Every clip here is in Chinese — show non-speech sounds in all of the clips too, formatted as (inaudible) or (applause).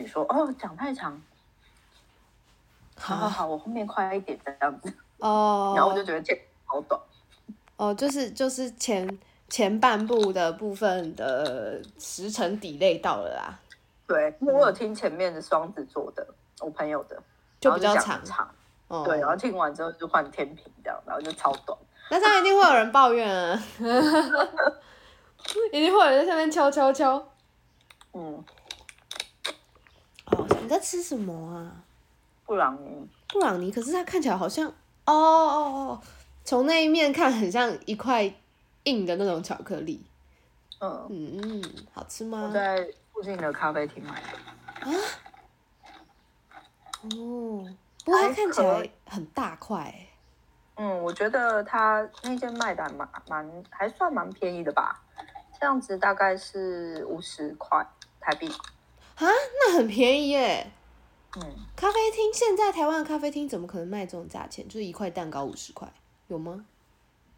己说哦，讲太长，好好好，我后面快一点这样子，啊哦， (laughs) 然后我就觉得这好短。哦，就是就是前前半部的部分的时辰底类到了啦，对，因为我有听前面的双子座的，我朋友的，嗯就然后比较讲长很长，哦，对，啊然后听完之后就换天平这样，然后就超短。那这样一定会有人抱怨啊， (laughs) 一定会有人在下面敲敲敲。嗯，哦，你在吃什么啊？布朗尼，布朗尼，可是它看起来好像……哦哦哦，从那一面看很像一块硬的那种巧克力。嗯，嗯，嗯，好吃我吗？在附近的咖啡厅买的，哦，不过它看起还可来以很大块欸、嗯，我觉得他那间卖的还蛮蛮还算蛮便宜的吧，这样子大概是五十块台币。啊，那很便宜耶、嗯，咖啡厅现在台湾的咖啡厅怎么可能卖这种价钱？就是一块蛋糕五十块，有吗？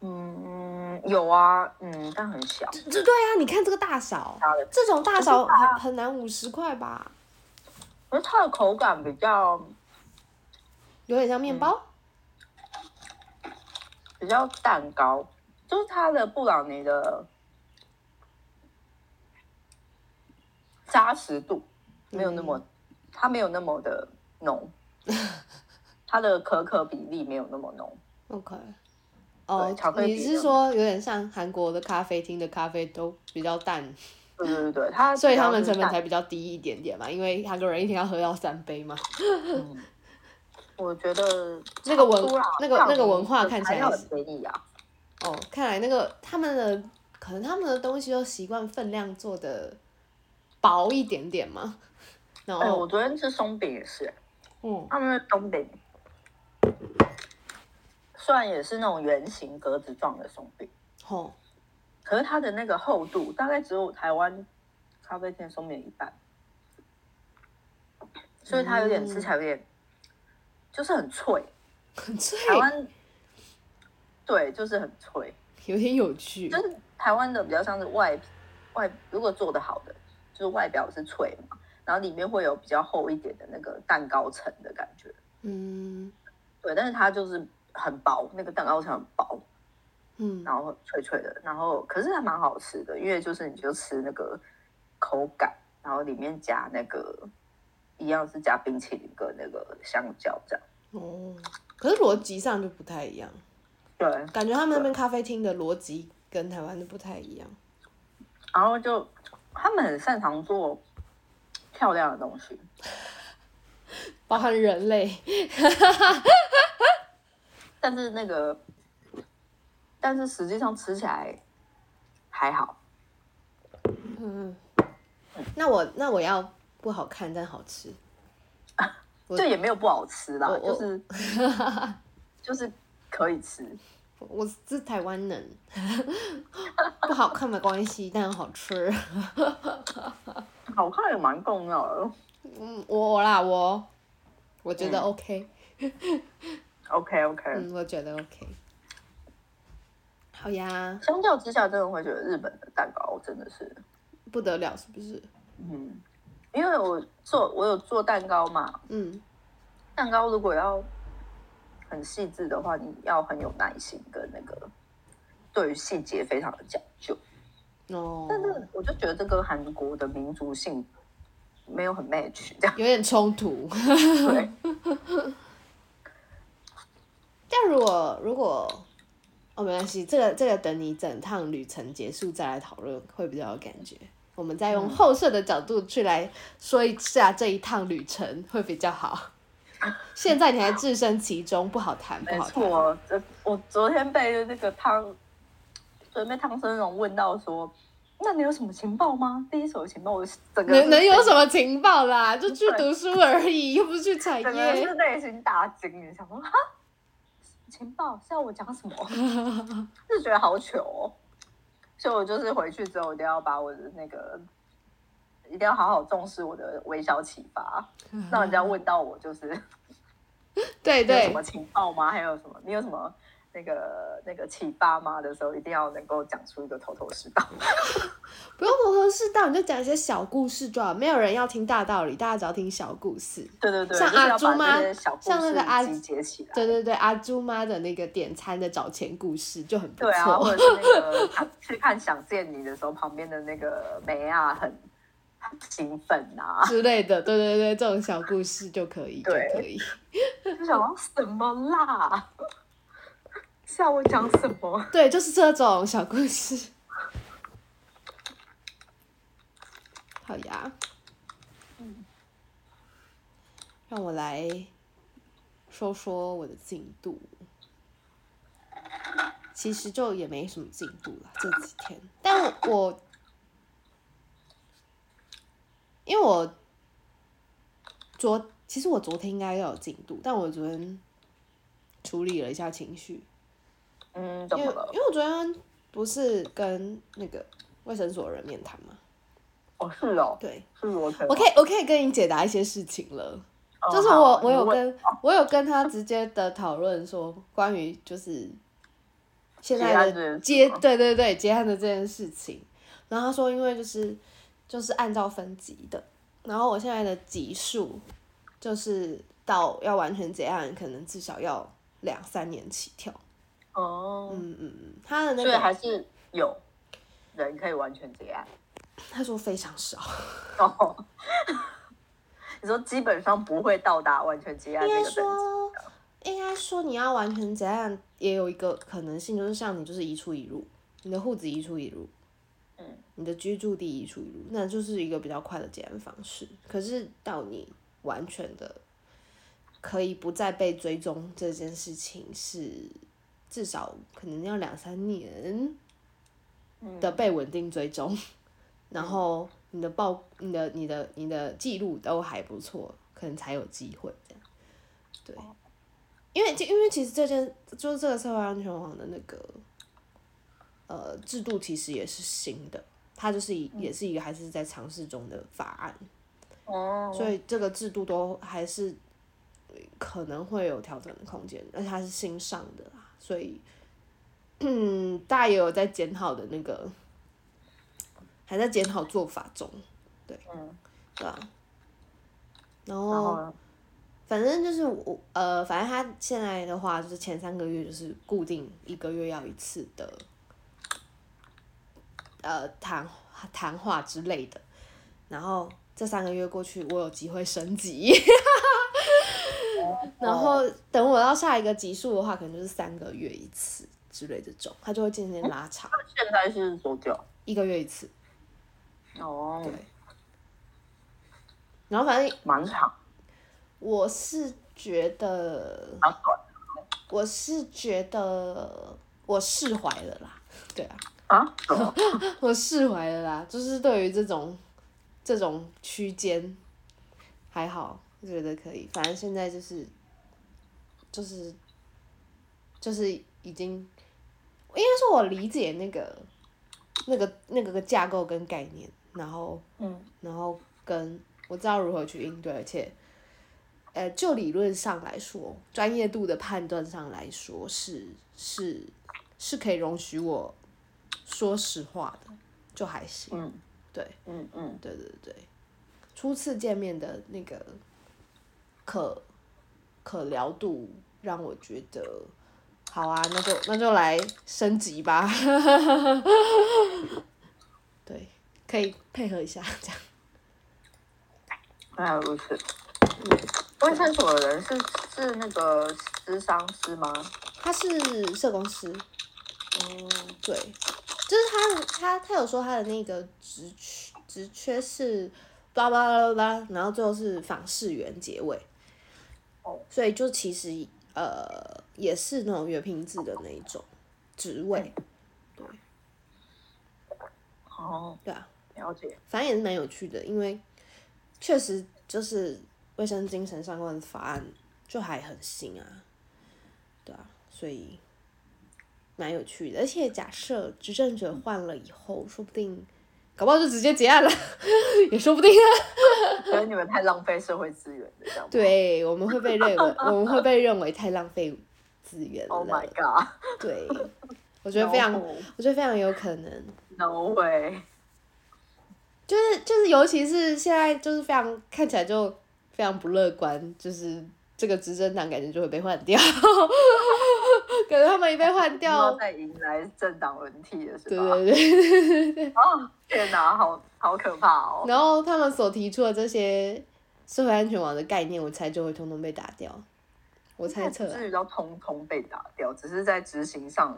嗯，有啊，嗯，但很小，这这对啊，你看这个大小大的，这种大小很很难五十块吧？可是它的口感比较有点像面包。比较蛋糕，就是它的布朗尼的扎实度没有那嗯么，它没有那么的 (laughs) 浓，它的可可比例没有那么浓， OK，哦对巧，克力你是的说有点像韩国的咖啡厅的咖啡都比较淡，对对对对，它所以比较他们是成本蛋才比较低一点点嘛，因为韩国人一天要喝到三杯嘛。我觉得那个文差不多啦那个像那个你文化的看起材来料是很便宜啊，哦，看来那个他们的可能他们的东西都习惯分量做的薄一点点嘛，然哎、我后昨天吃松饼也是，嗯他们的松饼虽然也是那种圆形格子状的松饼，吼可是它的那个厚度大概只有台湾咖啡店松饼一半，所以它有点吃起来有点、就是很脆， (laughs) 很脆，台湾对就是很脆，有点有趣就。是台湾的比较像是外皮外，如果做的好的，就是外表是脆嘛，然后里面会有比较厚一点的那个蛋糕层的感觉。嗯对，但是它就是很薄，那个蛋糕层很薄，嗯，然后脆脆的，然后可是还蛮好吃的，因为就是你就吃那个口感，然后里面加那个一样是加冰淇淋跟那个香蕉这样。哦，可是逻辑上就不太一样，对，感觉他们那边咖啡厅的逻辑跟台湾的不太一样。然后就他们很擅长做漂亮的东西，包含人类，但是那个，但是实际上吃起来还好。嗯，那我那我要不好看但好吃，我这也没有不好吃啦我，我就是就是可以吃。我我是台湾人， (laughs) 不好看没关系，但好吃。好看也蛮重要的。嗯，我我啦我，我觉得嗯 OK， OK OK，、嗯我觉得 OK。好呀，相较之下，真的会觉得日本的蛋糕真的是，不得了是不是？嗯，因为我做我有做蛋糕嘛，嗯，蛋糕如果要很细致的话，你要很有耐心跟那个对于细节非常的讲究。哦，但是我就觉得这跟韩国的民族性没有很 match 这样。有点冲突。 (laughs) 对，但如果如果哦，没关系，这个这个等你整趟旅程结束再来讨论，会比较有感觉。我们再用后设的角度去来说一下这一趟旅程会比较好。 (laughs) 现在你还置身其中，不好谈，不没好谈。错。这我昨天被那个汤，准备汤生荣问到说。那你有什么情报吗？第一手情报，我整个能能有么？什么情报啦？就去读书而已，又不是去产整个人是业。内心大惊，你想说哈，情报是要我讲什么？ (laughs) 就觉得好糗哦。所以我就是回去之后，一定要把我的那个，一定要好好重视我的微小启发，让人家问到我就是对你有嗯对什么情报吗？还有什么？你有什么那个那个气爸妈的时候，一定要能够讲出一个头头是道。 (laughs) 不用头头是道，你就讲一些小故事就好。没有人要听大道理，大家只要听小故事。对对对，像就是阿要朱把妈这些小故像那事个阿集结起来。对对对，阿朱妈的那个点餐的找钱故事就很不错。对啊，或者是那个他去看《想见你》的时候，旁边的那个梅亚很很兴奋啊， (laughs) 之类的，对对对，这种小故事就可以，就对可以。就想到什么啦，笑我讲什么？对，就是这种小故事。好呀，嗯让我来说说我的进度。其实就也没什么进度啦，这几天。但我我因为我昨其实我昨天应该要有进度，但我昨天处理了一下情绪，嗯，怎因么为了？因为我昨天不是跟那个卫生所的人面谈嘛，哦，是哦，对，是我可能我可以我可以跟你解答一些事情了，哦就是好我我你有问哦跟我有跟他直接的讨论说关于就是结现在案这件的事接吗对对对结案的这件事情，然后他说因为就是就是按照分级的，然后我现在的级数就是到要完全结案，可能至少要两三年起跳，哦，嗯嗯嗯，他的那所以个还是有人可以完全结案 (laughs) 他说非常少。哦。 (laughs) 你说基本上不会到达完全结案应这该个等级，说，应该说你要完全结案，也有一个可能性，就是像你就是一出一入，你的户籍一出一入，嗯，你的居住地一出一入，那就是一个比较快的结案方式。可是到你完全的可以不再被追踪这件事情是。至少可能要两三年嗯的被稳定追 (laughs) 踪，然后你的报、你的、你的、你的记录都还不错，可能才有机会这样。对，因为因为其实这件就是这个社会安全网的那个呃制度其实也是新的，它就是嗯一也是一个还是在尝试中的法案，哦，所以这个制度都还是呃可能会有调整的空间，而且它是新上的啦，所以嗯，大家也有在检讨的那个，还在检讨做法中，对，嗯对啊，然然后后呢反正就是我呃，反正他现在的话就是前三个月就是固定一个月要一次的，呃谈谈话之类的，然后这三个月过去，我有机会升级，然哦后等我到下一个级数的话，可能就是三个月一次之类这种，它就会渐渐拉长，现在是多久？一个月一次，哦，对，然后反正蛮长，我是觉得。蛮短我是觉得我释怀了啦，对啊， (laughs) 啊？什 (laughs) 么？我释怀了啦，就是对于这种这种区间还好，我觉得可以，反正现在就是就是就是已经，应该说我理解那个那个那个架构跟概念，然后嗯然后跟我知道如何去应对，而且，呃，就理论上来说，专业度的判断上来说是是是可以容许我说实话的，就还行。嗯对嗯嗯，对对对，初次见面的那个可可聊度让我觉得。好啊，那就那就来升级吧。 (laughs) 对，可以配合一下这样。原来如此。卫生所的人是是那个智商师吗？他是社工师，嗯，对，就是他他他有说他的那个职缺职缺是巴拉巴拉巴拉，然后最后是访视员结尾，哦，所以就其实呃也是那种约聘制的那一种职位，对哦，对啊，了解。反正也是蛮有趣的，因为确实就是卫生精神相关的法案就还很新啊，对啊，所以蛮有趣的。而且假设执政者换了以后，说不定搞不好就直接结案了， (laughs) 也说不定啊。所以你们太浪费社会资源了，这样吗？对，我们会被认为我们会被认为太浪费资源了。 Oh my god！对，我觉得非常，我觉得非常有可能， no way， (laughs) 就是就是，尤其是现在就是非常看起来就非常不乐观，就是这个执政党感觉就会被换掉， (laughs) 感觉他们一被换掉又，在迎来政党轮替了，是对吧？对 (laughs) 对。哦，天哪，好好可怕哦！然后他们所提出的这些社会安全网的概念，我猜就会通通被打掉。我猜测啊不啦，至于到通通被打掉，只是在执行上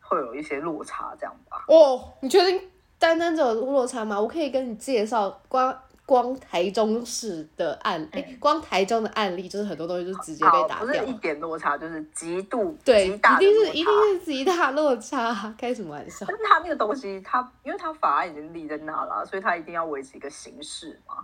会有一些落差，这样吧。哦，你确定单单只有落差吗？我可以跟你介绍光。光台中市的案例，嗯光台中的案例就是很多东西就直接被好，打不掉是一了，点落差，就是极度对，极一大的定落是差。一定是极大落差，开什么玩 (laughs) 笑？但是他那个东西，他因为他法案已经立在那了，啊所以他一定要维持一个形式嘛，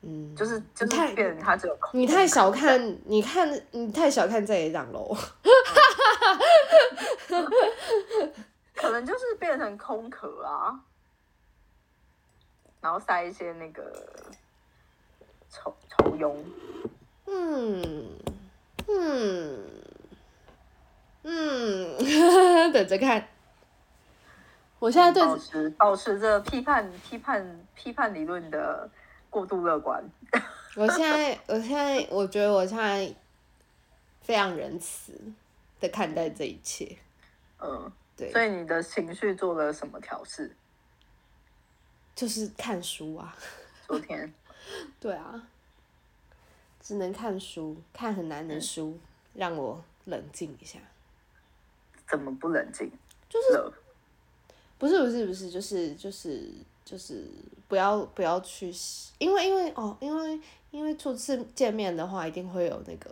嗯，就是就你太是变成他只有空你太小看，你看你太小看在野党喽。可能就是变成空壳啊，然后塞一些那个丑丑庸，嗯嗯嗯， (laughs) 等着看。我现在对啊保持保持着批判批判批判理论的过度乐观，我现在，我现在，我觉得我现在非常仁慈的看待这一切。嗯，对，所以你的情绪做了什么调试？就是看书啊，昨天对啊，只能看书，看很难的书，让我冷静一下。怎么不冷静？就是乐不是不是不是，就是就是就是不要不要去，因为因为哦，因为因为初次见面的话，一定会有那个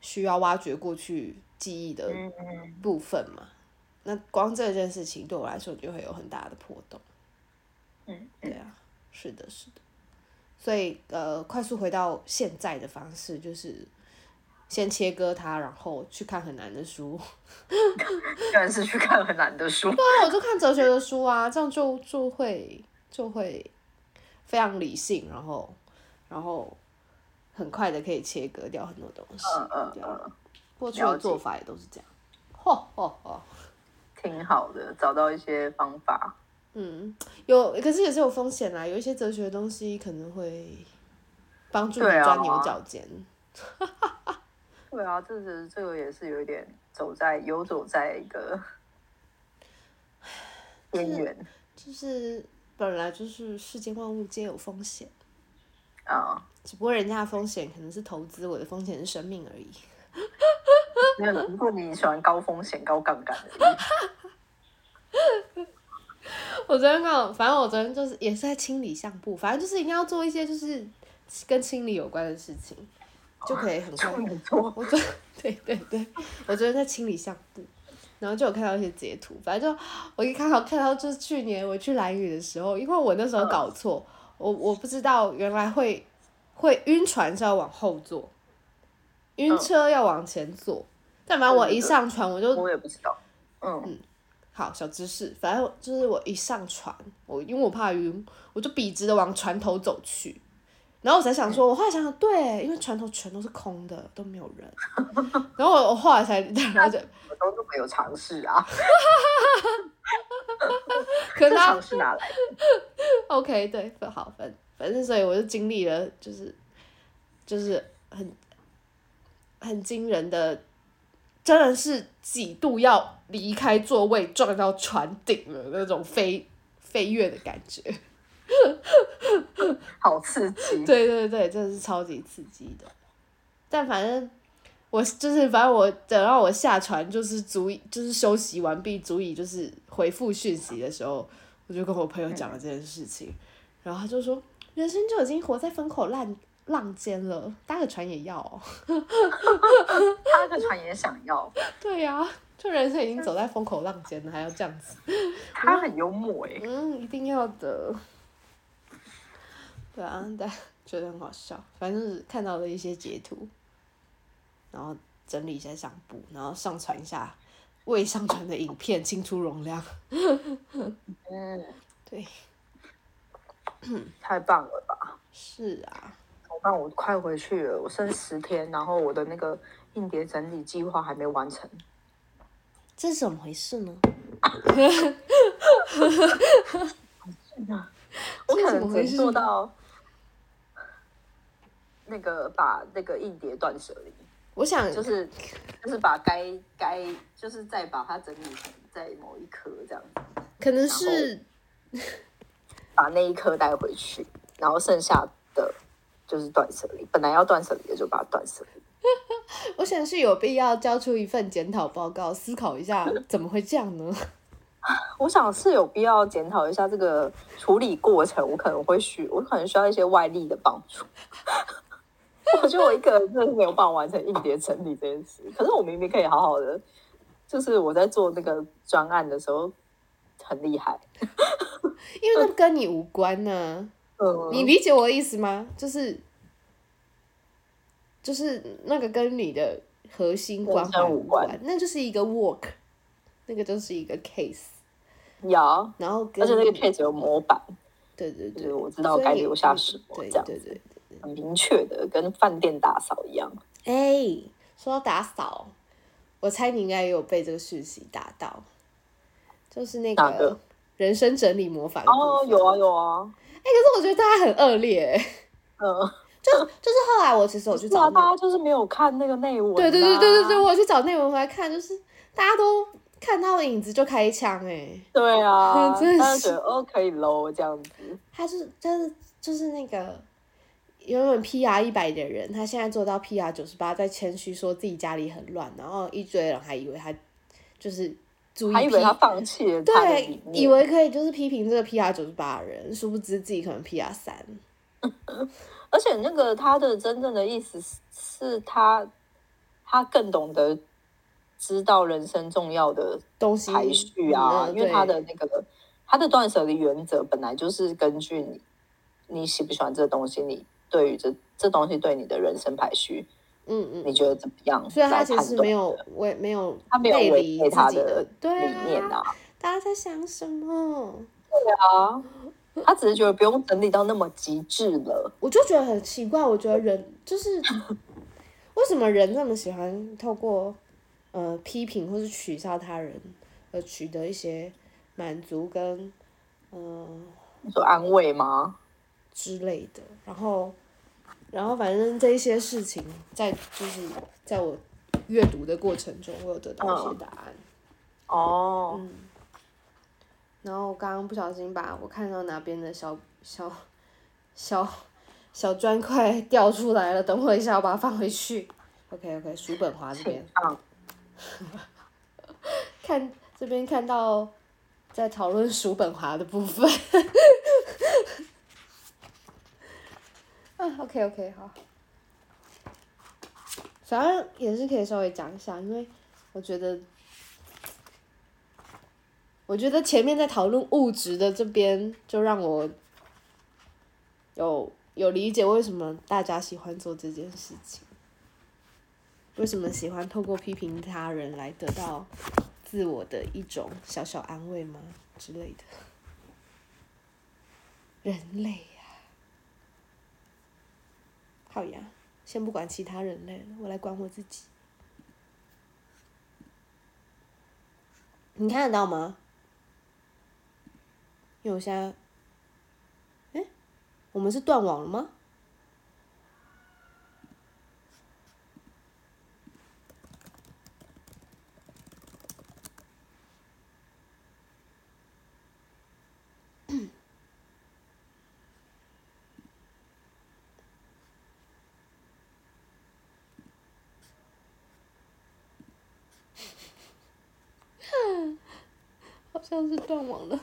需要挖掘过去记忆的嗯部分嘛。那光这件事情对我来说就会有很大的波动。嗯对啊，是的，是的。所以呃，快速回到现在的方式就是。先切割它，然后去看很难的书。居然是去看很难的书，对啊，我就看哲学的书啊，这样就就会就会非常理性，然后然后很快的可以切割掉很多东西。嗯嗯对啊嗯，过去的做法也都是这样。吼吼吼！挺好的，找到一些方法。嗯，有，可是也是有风险啦。有一些哲学的东西可能会帮助你对啊钻牛角尖。对啊，这只这个也是有一点走在游走在一 (sighs) 个边缘就是本来就是世间万物皆有风险，啊，只不过人家的风险可能是投资，我的风险是生命而已。没有如果你喜欢高风险、高杠杆的人，我昨天刚好，反正我昨天就是也是在清理相簿，反正就是一定要做一些就是跟清理有关的事情，就可以很快处。女座我昨 (laughs) 对对对，我昨天在清理相簿，然后就有看到一些截图，反正就我一刚好看到就是去年我去蓝屿的时候，因为我那嗯时候搞错，我我不知道原来会会晕船是要往后坐，晕嗯车要往前坐，但反正我对对一对上船我就我也不知道，嗯，好，小知识，反正就是我一上船，我因为我怕晕，我就笔直的往船头走去，然后我才想说，我后来想想，对，因为船头全都是空的，都没有人。然后我我后来才，然后就我都是没有尝试啊， (laughs) 可是这他尝试哪来的？ OK 对，反好反反正所以我就经历了，就是就是很很惊人的，真的是几度要离开座位撞到船顶的那种飞飞跃的感觉。好刺激，对对对，真的是超级刺激的。但反正我就是，反正我等到我下船，就是足以，就是休息完毕，足以就是回复讯息的时候，我就跟我朋友讲了这件事情，然后他就说，人生就已经活在风口浪浪尖了，搭个船也要、哦。他的船也想要， (laughs) 对呀、就人生已经走在风口浪尖了，还要这样子。他很幽默哎、嗯，一定要的。对啊，但觉得很好笑，反正就是看到了一些截图，然后整理一下相簿，然后上传一下未上传的影片，清出容量。嗯，对，太棒了吧？是啊，我半我快回去了，我剩十天，然后我的那个硬碟整理计划还没完成。这是怎么回事呢？我这可能怎么只回能事做呢到那个把那个硬碟断舍离，我想就是就是把该该就是再把它整理成在某一颗这样子，可能后是把那一颗带回去，然后剩下的就是断舍离，本来要断舍离的就把它断舍离。我想是有必要交出一份检讨报告，思考一下怎么会这样呢？我想是有必要检讨一下这个处理过程，我可能会需我可能需要一些外力的帮助。 (laughs) 我觉得我一个人真的是没有办法完成硬碟整理这件事，可是我明明可以好好的，就是我在做那个专案的时候很厉害。因为那跟你无关啊呢、嗯，你理解我的意思吗？就是就是那个跟你的核心关人怀生无无关关，那就是一个 work，那个就是一个 case，要，然后嗯跟而且那个 case 有模板，对对就对，是我知道所以该你留下什么对这样对子对很明确的，跟饭店打扫一样。哎、说到打扫，我猜你应该也有被这个讯息打到，就是那哪个个人生整理模仿的哦，部分有啊有啊，哎、可是我觉得大家很恶劣、欸， (laughs) 嗯，就是后来我其实我去是啊，找那大个，家就是没有看那个内文、啊。对对对对对对，我去找内文回来看，就是大家都看到影子就开枪、欸，对啊， (laughs) 真大家是觉得哦可以喽这样子，他是就是就是那个原本 PR 一百的人，他现在做到 PR 九十八，在谦虚说自己家里很乱，然后一堆人还以为他就是注意还以为 P 他放弃了他的对理，以念，为可以就是批评这个 PR 九十八的人，殊不知自己可能 PR 三。而且那个他的真正的意思是是他他更懂得知道人生重要的东西排序啊，嗯因为他对的那个他的断舍离原则本来就是根据你你喜不喜欢这东西，你对于这这东西对你的人生排序，嗯嗯，你觉得怎么样？所以他来其判实断没有违没有他没有背违离背自他己的对理念啊，啊，大家在想什么？啊，他只是觉得不用整理到那么极致了。我就觉得很奇怪，我觉得人就是为什么人那么喜欢透过呃批评或是取笑他人而取得一些满足跟嗯。你说安慰吗？之类的。然后，然后反正这一些事情在就是在我阅读的过程中，我有得到一些嗯答案。哦，嗯然后我刚刚不小心把我看到哪边的小小小小砖块 (laughs) 掉出来了，等我一下，我把它放回去。OK OK，叔本华这边请唱。看 (laughs) 这边看到在讨论叔本华的部分。 (laughs) 啊，OK OK，好。反正也是可以稍微讲一下，因为我觉得，我觉得前面在讨论物质的这边，就让我有有理解为什么大家喜欢做这件事情，为什么喜欢透过批评他人来得到自我的一种小小安慰吗之类的。人类呀、好呀，先不管其他人类了，我来管我自己。你看得到吗？因为我现在，哎，我们是断网了吗？好像是断网了。